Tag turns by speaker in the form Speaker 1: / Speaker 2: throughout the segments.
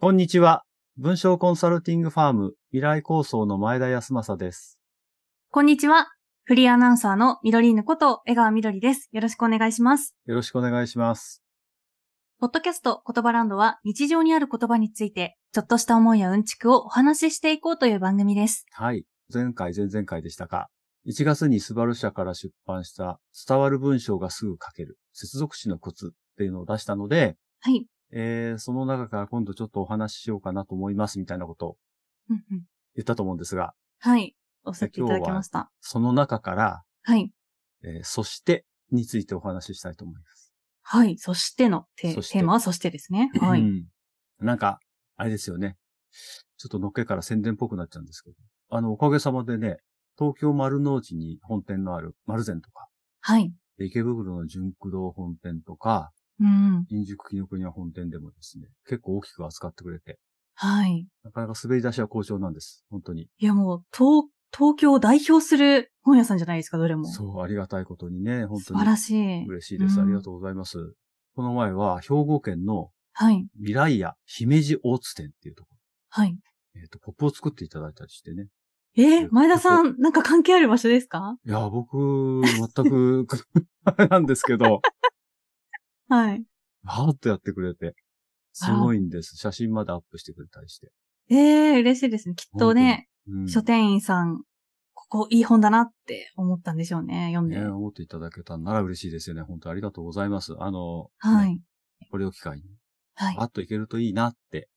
Speaker 1: こんにちは。文章コンサルティングファーム未来構想の前田康政です。
Speaker 2: こんにちは。フリーアナウンサーのみどりーぬこと江川みどりです。よろしくお願いします。
Speaker 1: よろしくお願いします。
Speaker 2: ポッドキャスト言葉ランドは日常にある言葉について、ちょっとした思いやうんちくをお話ししていこうという番組です。
Speaker 1: はい。前回、前々回でしたか。1月にスバル社から出版した伝わる文章がすぐ書ける接続詞のコツっていうのを出したので、
Speaker 2: はい。
Speaker 1: えー、その中から今度ちょっとお話ししようかなと思いますみたいなことを
Speaker 2: うんうん
Speaker 1: 言ったと思うんですが、
Speaker 2: はい。おっしゃっていただきました。
Speaker 1: その中から、
Speaker 2: はい。
Speaker 1: えーそしてについてお話ししたいと思います。
Speaker 2: はい。そしてのテ
Speaker 1: そして
Speaker 2: テーマはそしてですね。は
Speaker 1: う
Speaker 2: い。
Speaker 1: んなんか、あれですよね。ちょっとのっけから宣伝っぽくなっちゃうんですけど。あの、おかげさまでね、東京丸の内に本店のある丸善とか、
Speaker 2: はい。
Speaker 1: 池袋の純駆動本店とか、
Speaker 2: うん。
Speaker 1: 新宿紀ノ国屋本店でもですね、結構大きく扱ってくれて、
Speaker 2: はい。
Speaker 1: なかなか滑り出しは好調なんです。本当に。
Speaker 2: いやもう、東、東京を代表する本屋さんじゃないですか、どれも。素
Speaker 1: そう、ありがたいことにね、本当
Speaker 2: 晴ら
Speaker 1: に
Speaker 2: しい。
Speaker 1: 嬉しいです。
Speaker 2: うん
Speaker 1: ありがとうございます。この前は、兵庫県の
Speaker 2: はい。
Speaker 1: 未来屋姫路大津店っていうとこ
Speaker 2: はい。
Speaker 1: ろ、えっ、と、ポップを作っていただいたりしてね、
Speaker 2: えー前田さん、なんか関係ある場所ですか
Speaker 1: いや、僕、全く、 あれなんですけ ど、
Speaker 2: はい。
Speaker 1: ハーッとやってくれて、すごいんです。写真までアップしてくれたりして。
Speaker 2: ええ嬉しいですね。きっとね、
Speaker 1: うん、
Speaker 2: 書店員さん、ここいい本だなって思ったんでしょうね。読んで。
Speaker 1: ね、思っていただけたなら嬉しいですよね。本当ありがとうございます。あの、
Speaker 2: は
Speaker 1: ね
Speaker 2: い。
Speaker 1: これを機会に、
Speaker 2: はい。
Speaker 1: パッといけるといいなって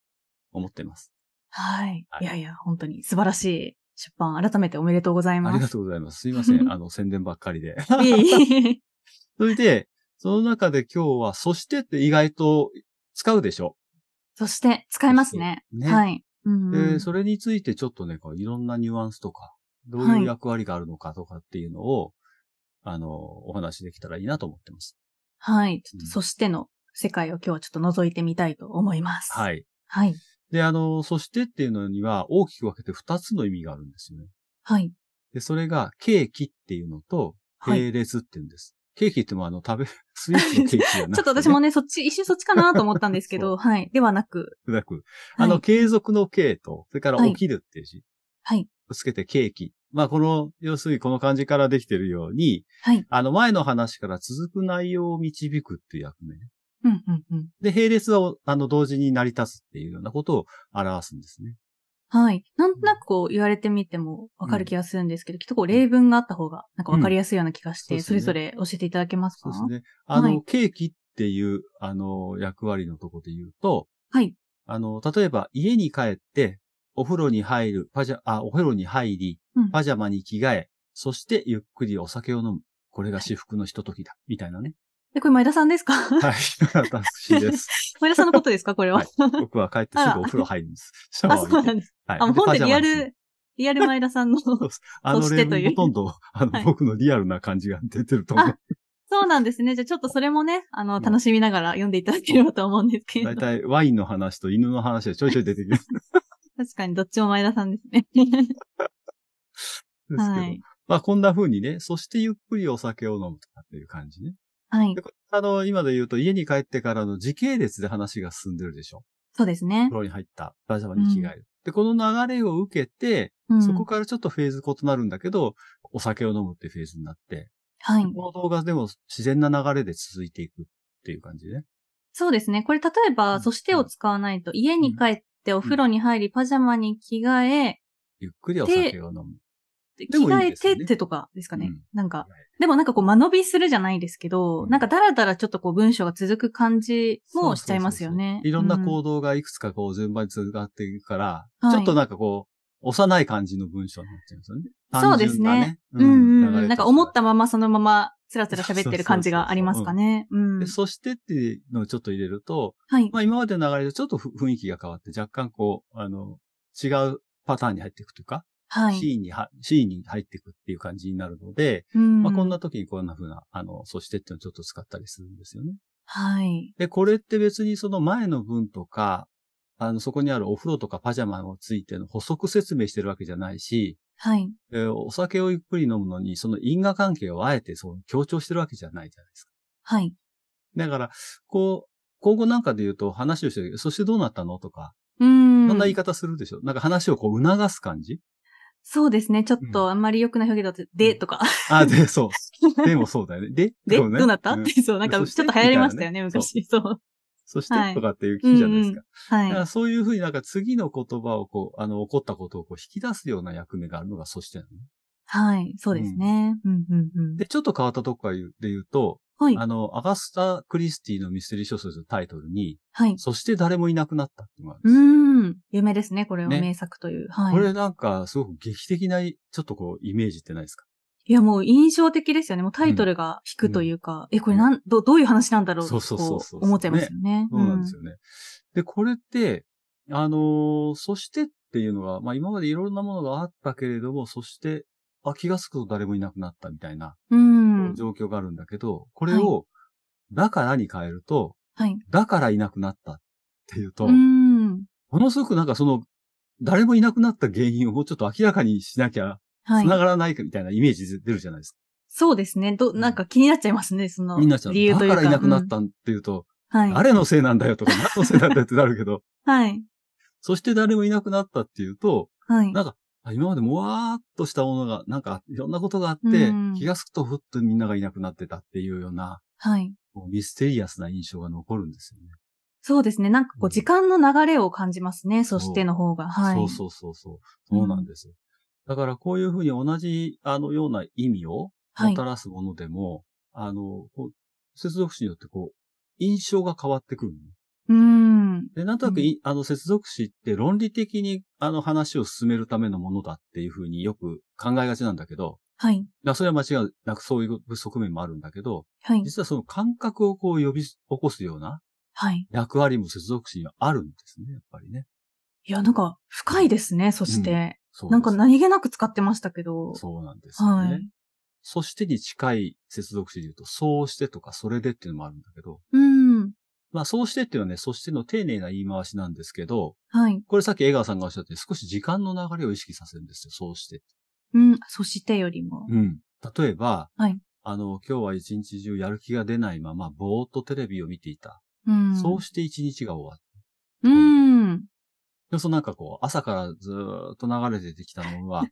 Speaker 1: 思っています。
Speaker 2: はい
Speaker 1: は。い
Speaker 2: いやいや、本当に素晴らしい出版、改めておめでとうござい
Speaker 1: あ
Speaker 2: ます。
Speaker 1: りがとうございます。すいませ ん。あの、宣伝ばっかりで。
Speaker 2: いえいえ
Speaker 1: それで、その中で今日は、そしてって意外と使うでしょ。
Speaker 2: そして、使いますね。
Speaker 1: ね
Speaker 2: はい。うんうん、
Speaker 1: で、それについてちょっとね、こういろんなニュアンスとか、どういう役割があるのかとかっていうのを、あの、お話できたらいいなと思ってます。
Speaker 2: はい。ちょっ
Speaker 1: うん
Speaker 2: とそしての世界を今日はちょっと覗いてみたいと思います。。
Speaker 1: はいい。
Speaker 2: はい。
Speaker 1: で、あの、そしてっていうのには大きく分けて2つの意味があるんですよね。
Speaker 2: はい。
Speaker 1: で、それが、ケーキっていうのと、
Speaker 2: はい、
Speaker 1: 並列っていうんです。ケーキってもうあの、食べ、 スイーツのケーキじゃなくて、ね
Speaker 2: ちょっと私もね、そっち、一瞬そっちかなと思ったんですけ
Speaker 1: そ
Speaker 2: ど、はい。ではなく、
Speaker 1: 砕く。
Speaker 2: はい
Speaker 1: あの、継続の K と、それから
Speaker 2: はい
Speaker 1: 起きるっていう字
Speaker 2: はい。
Speaker 1: をつけてケーキ。まあ、この、要するにこの漢字からできてるように、
Speaker 2: はい。
Speaker 1: あの、前の話から続く内容を導くっていう役目ね。
Speaker 2: うん、うん、うん。
Speaker 1: で、並列を、あの、同時に成り立つっていうようなことを表すんですね。
Speaker 2: はい。なんとなくこう言われてみてもわかる気がするんですけど、きっとこう例文があった方がなんかわかりやすいような気がして、
Speaker 1: うんそ
Speaker 2: そう
Speaker 1: で
Speaker 2: れ
Speaker 1: すね
Speaker 2: ぞれ教えていただけます
Speaker 1: そ
Speaker 2: か
Speaker 1: うですね。あの、
Speaker 2: はい
Speaker 1: ケーキっていう、あの、役割のとこで言うと、
Speaker 2: はい。
Speaker 1: あの、例えば、家に帰って、お風呂に入る、パジャ、あ、お風呂に入り
Speaker 2: うん、
Speaker 1: パジャマに着替え、そしてゆっくりお酒を飲む。これが至福のひとときだ。みたいなね。
Speaker 2: え、これ前田さんですか
Speaker 1: はい。 私です。
Speaker 2: 前田さんのことですかこれは。
Speaker 1: はい僕は帰ってすぐお風呂入るんです。シャ
Speaker 2: あ、
Speaker 1: ワーを
Speaker 2: そう
Speaker 1: 浴び
Speaker 2: な
Speaker 1: て
Speaker 2: んです。
Speaker 1: はい
Speaker 2: あ、もう本当にリア
Speaker 1: パジャマに着替え
Speaker 2: ル、リアル前田さん の。
Speaker 1: そうですあの
Speaker 2: そし
Speaker 1: 例
Speaker 2: てとい
Speaker 1: 文、
Speaker 2: う
Speaker 1: ほとんど、あの、
Speaker 2: はい
Speaker 1: 僕のリアルな感じが出てると思う
Speaker 2: あ。そうなんですね。じゃあちょっとそれもね、あの、楽しみながら読んでいただければと思うんですけれ
Speaker 1: 大
Speaker 2: ど。確
Speaker 1: 体、ワインの話と犬の話でちょいちょい出てきます。
Speaker 2: かにどっちも前田さんですね。
Speaker 1: ですけど。
Speaker 2: はい。
Speaker 1: まあ、こんな風にね、そしてゆっくりお酒を飲むとかっていう感じね。
Speaker 2: はい
Speaker 1: で。これあの、今で言うと、家に帰ってからの時系列で話が進んでるでしょ。
Speaker 2: そうですね
Speaker 1: 風。呂に入った、パジャマに着替える。で、この流れを受けて、
Speaker 2: うん。
Speaker 1: そこからちょっとフェーズ異なるんだけど、お酒を飲むっていうフェーズになって、
Speaker 2: はい。
Speaker 1: この動画でも自然な流れで続いていくっていう感じね。
Speaker 2: そうですね。これ例え
Speaker 1: うん
Speaker 2: ば、そしてを使わないと、家に帰ってお風呂に入り、パジャマに着替え、
Speaker 1: ゆっくりお酒を飲む。で
Speaker 2: 着
Speaker 1: もいい
Speaker 2: 替
Speaker 1: ん
Speaker 2: え
Speaker 1: ですよ
Speaker 2: て
Speaker 1: ね
Speaker 2: ってとかですかね。
Speaker 1: うん
Speaker 2: なんか
Speaker 1: は、
Speaker 2: でもなんかこう間延びするじゃないですけど、
Speaker 1: うん
Speaker 2: なんかだらだらちょっとこう文章が続く感じもしちゃいますよね。
Speaker 1: そうそうそうそういろんな
Speaker 2: う
Speaker 1: 行動がいくつかこう順番につながっていくから、
Speaker 2: はい
Speaker 1: ちょっとなんかこう、幼い感じの文章になっちゃうんですよね。
Speaker 2: そうですね
Speaker 1: 単
Speaker 2: ん、
Speaker 1: 純
Speaker 2: うん
Speaker 1: なね。
Speaker 2: うんうん。なんか思ったままそのまま、つらつら喋ってる感じがありますかね。うん
Speaker 1: 流れとしてはで。そしてっていうのをちょっと入れると、
Speaker 2: はい。
Speaker 1: まあ今までの流れでちょっとふ雰囲気が変わって若干こう、あの、違うパターンに入っていくというか、
Speaker 2: はい。
Speaker 1: シーンには、シーンに入っていくっていう感じになるので、
Speaker 2: ま
Speaker 1: まあこんな。時にこんな風な、あの、そしてっていうのをちょっと使ったりするんですよね。
Speaker 2: はい。
Speaker 1: で、これって別にその前の文とか、あの、そこにあるお風呂とかパジャマをついての補足説明してるわけじゃないし、
Speaker 2: はい。
Speaker 1: えーお酒をゆっくり飲むのに、その因果関係をあえてそう強調してるわけじゃないじゃないですか。
Speaker 2: はい。
Speaker 1: だから、こう、今後なんかで言うと話をしてるけど、そしてどうなったのとか、
Speaker 2: うん。
Speaker 1: そんな言い方するでしょ、なんか話をこう促す感じ
Speaker 2: そうですね。ちょっ
Speaker 1: う
Speaker 2: とあんまり良くない表現だと、でとか、
Speaker 1: あ、 で、そう。でもそうだよね。で、
Speaker 2: で、
Speaker 1: そうね
Speaker 2: どうなったっ
Speaker 1: ん
Speaker 2: て、そう、なんかち
Speaker 1: そ
Speaker 2: ょっ
Speaker 1: して
Speaker 2: と流行りましたよね、
Speaker 1: みたいなね
Speaker 2: 昔。そう。
Speaker 1: そして、
Speaker 2: はい
Speaker 1: とかっていう聞くじゃないですか。だか
Speaker 2: は
Speaker 1: らそういうふうになんか次の言葉をこう、あの、起こったことをこう引き出すような役目があるのがそしてなのね。
Speaker 2: い。はい。そうですね。うん、うん、うん。
Speaker 1: で、ちょっと変わったとこから言うで言うと、
Speaker 2: はい
Speaker 1: あ。の、アガスタ・クリスティのミステリー小説のタイトルに、
Speaker 2: はい。
Speaker 1: そして誰もいなくなったっていうのがあるで
Speaker 2: うん
Speaker 1: すよ
Speaker 2: ーん。有名ですね、これは。
Speaker 1: ね
Speaker 2: 名作という。はい。
Speaker 1: これなんか、すごく劇的な、ちょっとこう、イメージってないですか
Speaker 2: いや、もう印象的ですよね。もうタイトルが引くというか、え、これなん、ど、どういう話なんだろう
Speaker 1: そうそうそうそう
Speaker 2: こ思っちゃいますよね。
Speaker 1: そうなんですよね。で、これって、あのーそしてっていうのが、まあ今までいろんなものがあったけれども、そして、あ気がつくと誰もいなくなったみたいな
Speaker 2: うん。うん。
Speaker 1: 状況があるんだけど、これを、だからに変えると、
Speaker 2: はい。
Speaker 1: だからいなくなったっていうと、
Speaker 2: うーん。
Speaker 1: ものすごくなんかその、誰もいなくなった原因をもうちょっと明らかにしなきゃ、
Speaker 2: はい。
Speaker 1: 繋がらないみたいなイメージ出るじゃないですか。
Speaker 2: そうですね。ど、なんか気になっちゃいますね、その。
Speaker 1: みんなちゃん、
Speaker 2: 理由
Speaker 1: だ
Speaker 2: という
Speaker 1: か
Speaker 2: か。
Speaker 1: らいなくなったっていうと、
Speaker 2: うん。はい。
Speaker 1: 誰のせいなんだよとか、何のせいなんだよってなるけど、
Speaker 2: はい。
Speaker 1: そして誰もいなくなったっていうと、
Speaker 2: はい。
Speaker 1: なんか、あ今までもわーっとしたものが、なんか、いろんなことがあって、
Speaker 2: うん
Speaker 1: 気がつくとふっとみんながいなくなってたっていうような、
Speaker 2: はい。
Speaker 1: こうミステリアスな印象が残るんですよね。
Speaker 2: そうですね。なんかこ
Speaker 1: うん
Speaker 2: う、時間の流れを感じますね、そしての方が。はい。
Speaker 1: そうそうそうそう。そうなんです。だからこういうふうに同じ、あの、ような意味を
Speaker 2: は
Speaker 1: も
Speaker 2: い
Speaker 1: た。らすものでも、あの、こう接続詞によってこう、印象が変わってくるのね。
Speaker 2: うーん。
Speaker 1: で、なんとなくい、あの、接続詞って論理的に、あの、話を進めるためのものだっていうふうによく考えがちなんだけど、
Speaker 2: はい。
Speaker 1: まあそれは間違いなくそういう側面もあるんだけど、
Speaker 2: はい。
Speaker 1: 実はその感覚をこう呼び起こすような
Speaker 2: はい。
Speaker 1: 役割も接続詞にはあるんですね、やっぱりね。
Speaker 2: いや、なんか、深いですね、そして。
Speaker 1: そう
Speaker 2: なんか
Speaker 1: です
Speaker 2: 何気なく使ってましたけど。
Speaker 1: そうなんですよね。
Speaker 2: はい。
Speaker 1: そしてに近い接続詞で言うと、そうしてとかそれでっていうのもあるんだけど、
Speaker 2: うん。
Speaker 1: まあそうしてっていうのはね、そしての丁寧な言い回しなんですけど、
Speaker 2: はい。
Speaker 1: これさっき江川さんがおっしゃって、少し時間の流れを意識させるんですよ、そうして。
Speaker 2: うん。そしてよりも。
Speaker 1: うん。例えば、
Speaker 2: はい
Speaker 1: あの、今日は一日中やる気が出ないまま、ぼーっとテレビを見ていた。
Speaker 2: うん。
Speaker 1: そうして一日が終わった。
Speaker 2: うん。
Speaker 1: でもそのなんかこう、朝からずーっと流れてきたの は、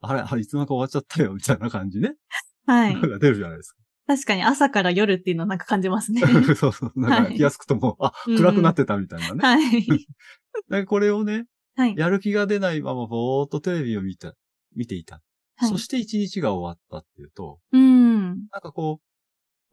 Speaker 1: あれ、あれ、いつの間にか終わっちゃったよ、みたいな感じね。
Speaker 2: はい
Speaker 1: な。んか出るじゃないですか。
Speaker 2: 確かに朝から夜っていうの はなんか感じますね。
Speaker 1: そうそう。なんか
Speaker 2: はい
Speaker 1: 気がつくともう、あ、
Speaker 2: うん
Speaker 1: 暗くなってたみたいなね。
Speaker 2: はい。
Speaker 1: なんかこれをね、
Speaker 2: はい。
Speaker 1: やる気が出ないままぼーっとテレビを見た、見ていた。
Speaker 2: はい
Speaker 1: そして一日が終わったっていうと、
Speaker 2: うん。
Speaker 1: なんかこう、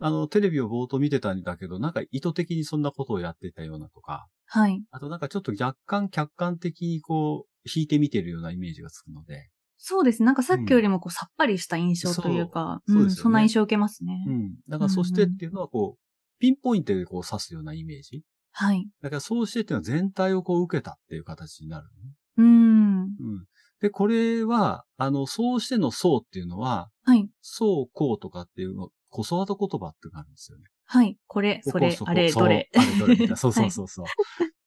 Speaker 1: あの、テレビをぼーっと見てたんだけど、なんか意図的にそんなことをやっていたようなとか、
Speaker 2: はい。
Speaker 1: あとなんかちょっと若干客観的にこう、引いてみてるようなイメージがつくので、
Speaker 2: そうですね。なんかさっきよりもこうさっぱりした印象というか、
Speaker 1: そう
Speaker 2: う
Speaker 1: そうで
Speaker 2: ん。
Speaker 1: すよね
Speaker 2: そんな印象を受けますね。
Speaker 1: うん。だからそしてっていうのはこう、ピンポイントでこう指すようなイメージ。
Speaker 2: はい。
Speaker 1: だからそうしてっていうのは全体をこう受けたっていう形になる、ね。
Speaker 2: うん。
Speaker 1: うん。で、これは、あの、そうしてのそうっていうのは、
Speaker 2: はい。
Speaker 1: そうこうとかっていうの、こそわと言葉っていうのがあるんですよね。
Speaker 2: はい。これ、それ
Speaker 1: こ、こ
Speaker 2: あれ、
Speaker 1: そう
Speaker 2: どれ。
Speaker 1: あれどれみたい な。そうそうそうそう。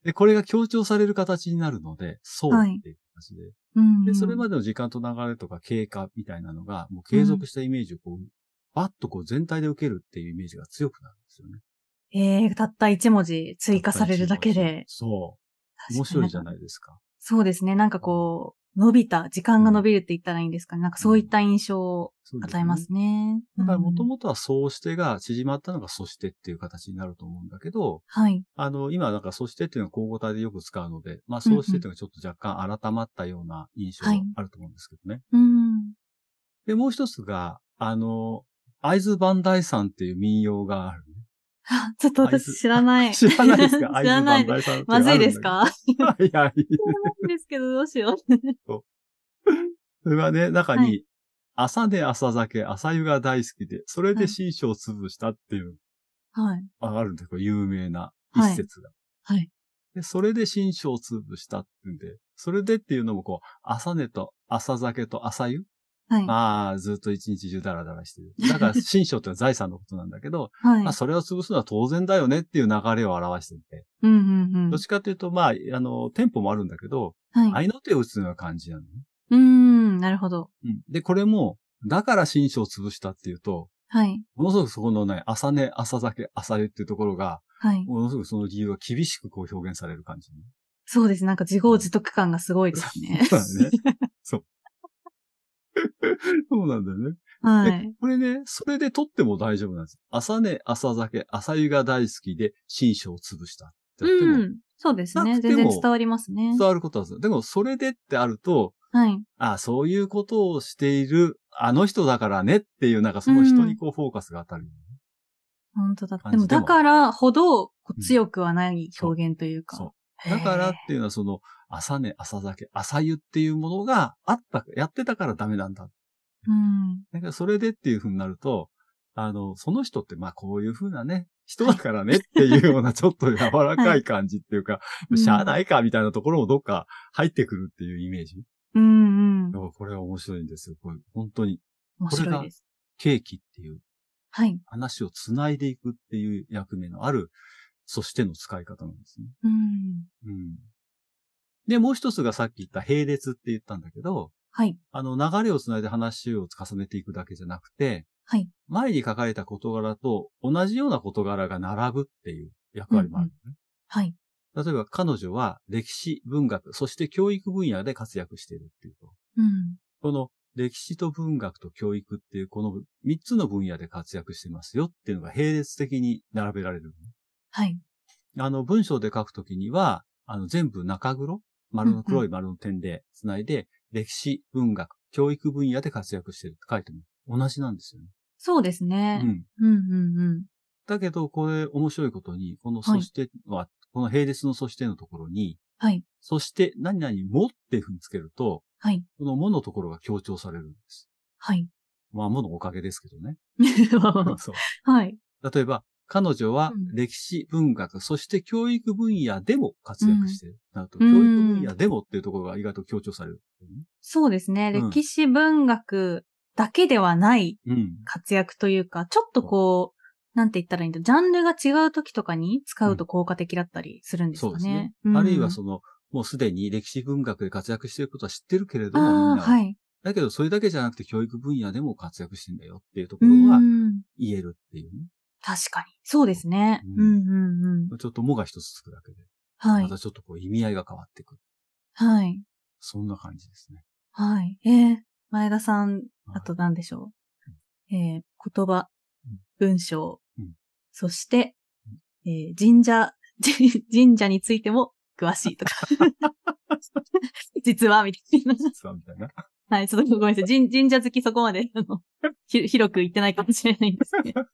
Speaker 1: で、これが強調される形になるので、そうっていう形で。
Speaker 2: うん。
Speaker 1: で、それまでの時間と流れとか経過みたいなのが、もう継続したイメージをこう、バッとこう全体で受けるっていうイメージが強くなるんですよね。
Speaker 2: えー、たった一文字追加されるだけで。
Speaker 1: そう。面白いじゃ
Speaker 2: い
Speaker 1: ないですか。
Speaker 2: そうですね。なんかこう、伸びた、時間が伸びるって言ったらいいんですかね。なんかそういった印象を
Speaker 1: そうですね
Speaker 2: 与えますね。
Speaker 1: だからもと
Speaker 2: うん
Speaker 1: もとはそうしてが縮まったのがそしてっていう形になると思うんだけど、
Speaker 2: はい。
Speaker 1: あの、今なんかそうしてっていうのは交互体でよく使うので、まあそうしてっていうのはちょっと若干改まったような印象が
Speaker 2: はい
Speaker 1: あると思うんですけどね。
Speaker 2: うん。
Speaker 1: で、もう一つが、あの、会津磐梯山っていう民謡がある。
Speaker 2: あちょっと
Speaker 1: 会津
Speaker 2: 私知らな い。
Speaker 1: 知らないですか
Speaker 2: 知らない
Speaker 1: 会津磐梯山ってうのがあ
Speaker 2: ま
Speaker 1: るんだけど
Speaker 2: ずいですか知 ら
Speaker 1: いや、いい。
Speaker 2: ないんですけど、どうしよ
Speaker 1: それはね、中に、
Speaker 2: は
Speaker 1: 朝寝朝酒、朝湯が大好きで、それ
Speaker 2: は
Speaker 1: で
Speaker 2: い
Speaker 1: 新書を潰したっていう、
Speaker 2: う。はい。
Speaker 1: ああるんですよ、有名な一節が。
Speaker 2: はい。
Speaker 1: で、それで新書を潰したっていうんで、それでっていうのもこう、朝寝と朝酒と朝湯
Speaker 2: はい。
Speaker 1: まあ、ずっと一日中ダラダラしてる。だから、新書ってのは財産のことなんだけど、
Speaker 2: はい
Speaker 1: まあ、。それを潰すのは当然だよねっていう流れを表していて、
Speaker 2: うんうんうん
Speaker 1: どっ。ちかというと、まあ、あの、テンポもあるんだけど、
Speaker 2: はい。
Speaker 1: 愛の手を打つような感じなのね。
Speaker 2: うーん、なるほど。
Speaker 1: うんで、これも、だから新書を潰したっていうと、
Speaker 2: はい。
Speaker 1: ものすごくそこのね、朝寝、朝酒、朝湯っていうところが、
Speaker 2: はい。
Speaker 1: ものすごくその理由が厳しくこう表現される感じね。
Speaker 2: そうです。なんか自業自得感がすごいです ね。
Speaker 1: そうだね。そう。 そうなんだよね。
Speaker 2: はい。
Speaker 1: これね、それで撮っても大丈夫なんです。朝寝、朝酒、朝湯が大好きで、新書を潰したってやって
Speaker 2: う
Speaker 1: も、
Speaker 2: ん。そうです
Speaker 1: な
Speaker 2: ね。
Speaker 1: くて
Speaker 2: 全
Speaker 1: も
Speaker 2: 然伝わりますね
Speaker 1: 伝。わることはですでも、それでってあると、
Speaker 2: はい。
Speaker 1: ああ、そういうことをしている、あの人だからねっていう、なんかその人にこうフォーカスが当たる。
Speaker 2: 本当だ。で
Speaker 1: 感
Speaker 2: も
Speaker 1: じでも
Speaker 2: だからほどこう
Speaker 1: うん
Speaker 2: 強くはない表現というか。
Speaker 1: そう。だからっ
Speaker 2: へー
Speaker 1: ていうのはその、朝寝、朝酒、朝湯っていうものがあった、やってたからダメなんだ。
Speaker 2: うん。
Speaker 1: だからそれでっていうふうになると、あの、その人ってまあこういうふうなね、人だからねっていう ようなちょっと柔らかい感じっていうか、
Speaker 2: うん
Speaker 1: しゃあないかみたいなところもどっか入ってくるっていうイメージ。
Speaker 2: うんうん。
Speaker 1: だからこれは面白いんですよ。これ本当に
Speaker 2: 面
Speaker 1: これ
Speaker 2: 白い
Speaker 1: が
Speaker 2: です。
Speaker 1: ケーキっていう
Speaker 2: はい。
Speaker 1: 話を繋いでいくっていう役目のある、そしての使い方なんですね。
Speaker 2: うん。
Speaker 1: うん。で、もう一つがさっき言った並列って言ったんだけど、
Speaker 2: はい。
Speaker 1: あの、流れをつないで話を重ねていくだけじゃなくて、
Speaker 2: はい
Speaker 1: 前に書かれた事柄と同じような事柄が並ぶっていう役割もある、ね
Speaker 2: はい。
Speaker 1: 例えば、彼女は歴史、文学、そして教育分野で活躍しているっていうと。
Speaker 2: うん。
Speaker 1: この歴史と文学と教育っていうこの3つの分野で活躍してますよっていうのが並列的に並べられる。
Speaker 2: はい。
Speaker 1: あの、文章で書くときには、あの、全部中黒丸の黒い丸の点で繋いで、歴史、文学、教育分野で活躍してるって書いても同じなんですよね。
Speaker 2: そうです
Speaker 1: う
Speaker 2: ね。
Speaker 1: ん。
Speaker 2: うんうんうん。
Speaker 1: だけど、これ面白いことに、この
Speaker 2: は
Speaker 1: そ
Speaker 2: い
Speaker 1: しては、この並列のそしてのところに、
Speaker 2: はい。
Speaker 1: そして何々もっていうふうにつけると、
Speaker 2: はい。
Speaker 1: このものところが強調されるんです。
Speaker 2: はい。
Speaker 1: まあ、ものおかげですけど ね。そう。
Speaker 2: はい。
Speaker 1: 例えば、彼女は
Speaker 2: うん
Speaker 1: 歴史、文学、そして教育分野でも活躍している。なると、
Speaker 2: う
Speaker 1: 教
Speaker 2: ん
Speaker 1: 育分野でもっていうところが意外と強調される。
Speaker 2: そうですね。
Speaker 1: うん
Speaker 2: 歴史文学だけではない
Speaker 1: うん。
Speaker 2: 活躍というか、ちょっとこう、なんて言ったらいいんだ、ジャンルが違う時とかに使うと効果的だったりするんです
Speaker 1: そう
Speaker 2: か
Speaker 1: ですね
Speaker 2: ね。。うん
Speaker 1: あるいはその、もうすでに歴史文学で活躍していることは知ってるけれども、み
Speaker 2: あ
Speaker 1: ん
Speaker 2: あ、
Speaker 1: な。
Speaker 2: はい。
Speaker 1: だけど、それだけじゃなくて教育分野でも活躍してんだよっていうとこ
Speaker 2: う
Speaker 1: ろは
Speaker 2: ん。
Speaker 1: 言えるっていうね。
Speaker 2: 確かに。そうですね。う
Speaker 1: うんん
Speaker 2: うんうん。
Speaker 1: ちょっともが一つつくだけで、
Speaker 2: は
Speaker 1: ま
Speaker 2: い
Speaker 1: た。ちょっとこう意味合いが変わってくる。
Speaker 2: はい。
Speaker 1: そんな感じですね。
Speaker 2: はい。えー、前田さん、
Speaker 1: はい
Speaker 2: あと何でしょう。えー、言葉、文章
Speaker 1: うん、
Speaker 2: そして、えー神社、 神社についても詳しいと か。実は、みたいな。
Speaker 1: さあ、みたいな。
Speaker 2: はい、ちょっとごめんなさい。神神社好きそこまで、あの、ひ広く言ってないかもしれないんです けど。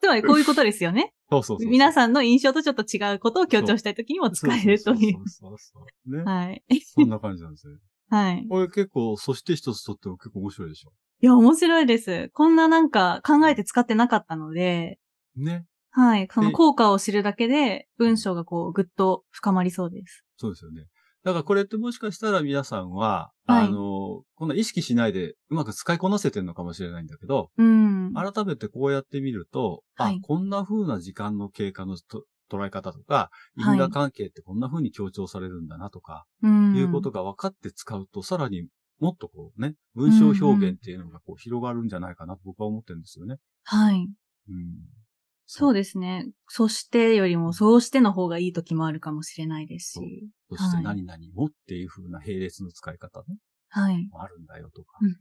Speaker 2: つまりこういうことですよね。
Speaker 1: そうそうそうそう。
Speaker 2: 皆さんの印象とちょっと違うことを強調したいときにも使える
Speaker 1: そう
Speaker 2: とい。
Speaker 1: うそうそうそう。ね。
Speaker 2: はい。
Speaker 1: そんな感じなんですね。
Speaker 2: はい。
Speaker 1: これ結構、そして一つとっても結構面白いでしょ。
Speaker 2: いや、面白いです。こんななんか考えて使ってなかったので、
Speaker 1: ね。
Speaker 2: はい。その
Speaker 1: で
Speaker 2: 効果を知るだけで文章がこうぐっと深まりそうです。
Speaker 1: そうですよね。だからこれってもしかしたら皆さんは、
Speaker 2: はい
Speaker 1: あの、こんな意識しないでうまく使いこなせてるのかもしれないんだけど、
Speaker 2: うん。
Speaker 1: 改めてこうやってみると、
Speaker 2: はい
Speaker 1: あ、こんな風な時間の経過のと捉え方とか、因
Speaker 2: はい
Speaker 1: 果関係ってこんな風に強調されるんだなとか、
Speaker 2: うん。
Speaker 1: いうことが分かって使うと、さらにもっとこうね、文章表現っていうのがこう広がるんじゃないかなと僕は思ってるんですよね。
Speaker 2: はい。
Speaker 1: うん。
Speaker 2: そうですね。そしてよりも、そうしての方がいい時もあるかもしれないです
Speaker 1: そう
Speaker 2: し。
Speaker 1: そして
Speaker 2: はい
Speaker 1: 何々もっていう風な並列の使い方ね
Speaker 2: はい。
Speaker 1: もあるんだよとか
Speaker 2: う、んうん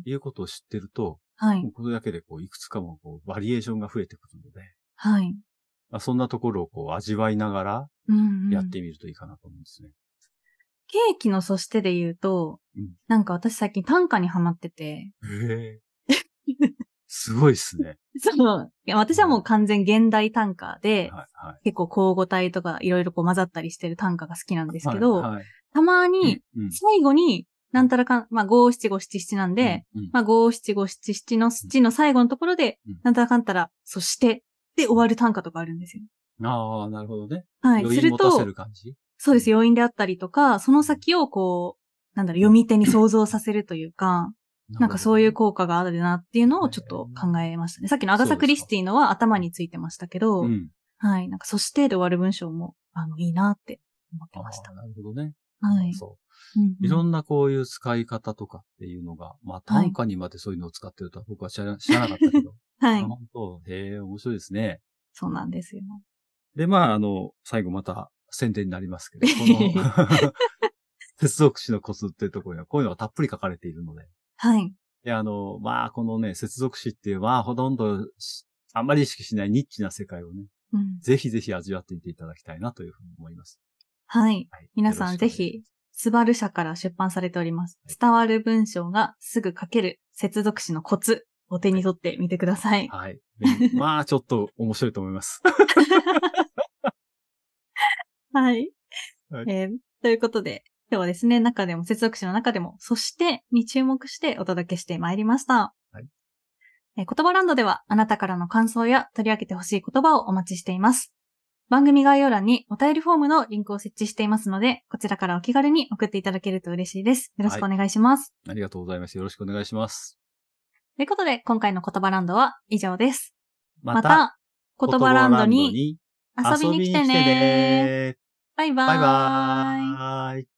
Speaker 2: うん。
Speaker 1: いうことを知ってると、
Speaker 2: はい
Speaker 1: もう。これだけでこういくつかもこうバリエーションが増えてくるので、
Speaker 2: はい。
Speaker 1: まあ、そんなところをこう味わいながら
Speaker 2: うんうん
Speaker 1: やってみるといいかなと思うんですね。
Speaker 2: ケーキのそしてで言うと、
Speaker 1: うん
Speaker 2: なんか私最近短歌にハマってて、
Speaker 1: へえ。 すごいっすね。
Speaker 2: その、いや私はもう完全現代短歌 で、
Speaker 1: はいはい。
Speaker 2: 結構交互体とかいろいろこう混ざったりしてる短歌が好きなんですけど、
Speaker 1: はいはい
Speaker 2: たまに、
Speaker 1: うんうん
Speaker 2: 最後に、なんたらかん、まあ五七五七七なんで、
Speaker 1: うんうん
Speaker 2: まあ五七五七七の七の最後のところで、
Speaker 1: うん
Speaker 2: なんたらかんたら、そして、で終わる短歌とかあるんですよ。
Speaker 1: ああ、なるほどね。
Speaker 2: はい。
Speaker 1: 余
Speaker 2: す
Speaker 1: 韻
Speaker 2: る
Speaker 1: 持た
Speaker 2: と
Speaker 1: せ、る感じ
Speaker 2: そうです。余韻であったりとか、その先をこう、なんだろう、読み手に想像させるというか、なんかそういう効果があるなっていうのをちょっと考えましたね。さっきのアガサ・クリスティのは頭についてましたけど、
Speaker 1: ううん。
Speaker 2: はい。なんか、そしてで終わる文章も、あの、いいなって思って
Speaker 1: あ
Speaker 2: ました。
Speaker 1: あ、なるほどね。
Speaker 2: はい。
Speaker 1: そう。
Speaker 2: うんうん
Speaker 1: いろんなこういう使い方とかっていうのが、まあ
Speaker 2: はい
Speaker 1: 短歌にまでそういうのを使ってるとは僕は知ら知らなかったけど。
Speaker 2: はい
Speaker 1: あ。本当へえ、面白いですね。
Speaker 2: そうなんですよ。
Speaker 1: で、まあ、あの、最後また宣伝になります けど、この 接続詞のコツっていうところにはこういうのがたっぷり書かれているので。
Speaker 2: はい。
Speaker 1: で、あの、まあ、このね、接続詞っていう、まあ、ほとんどし、あんまり意識しないニッチな世界をね、
Speaker 2: うん。
Speaker 1: ぜひぜひ味わってみていただきたいなというふうに思います。
Speaker 2: はい。
Speaker 1: はい
Speaker 2: 皆さんぜ。
Speaker 1: よ
Speaker 2: ひ、スバル社から出版されております。伝わる文章がすぐ書ける接続詞のコツお手に取ってみてください。
Speaker 1: ろしくお願いしますはい。でまあ、ちょっと面白いと思います。
Speaker 2: はい。
Speaker 1: はい
Speaker 2: えーということで、今日はですね、中でも、接続詞の中でも、そしてに注目してお届けしてまいりました。
Speaker 1: はい
Speaker 2: えー言葉ランドでは、あなたからの感想や取り上げてほしい言葉をお待ちしています。番組概要欄にお便りフォームのリンクを設置していますので、こちらからお気軽に送っていただけると嬉しいです。よろしくお願いします。
Speaker 1: ありがとうございます。よろしくお願いします。
Speaker 2: ということで、今回の言葉ランドは以上です。
Speaker 1: ま
Speaker 2: また、言葉ランドに
Speaker 1: 言
Speaker 2: 遊びに来てね
Speaker 1: 遊びに来てね
Speaker 2: バイバーイ。
Speaker 1: バイバーイ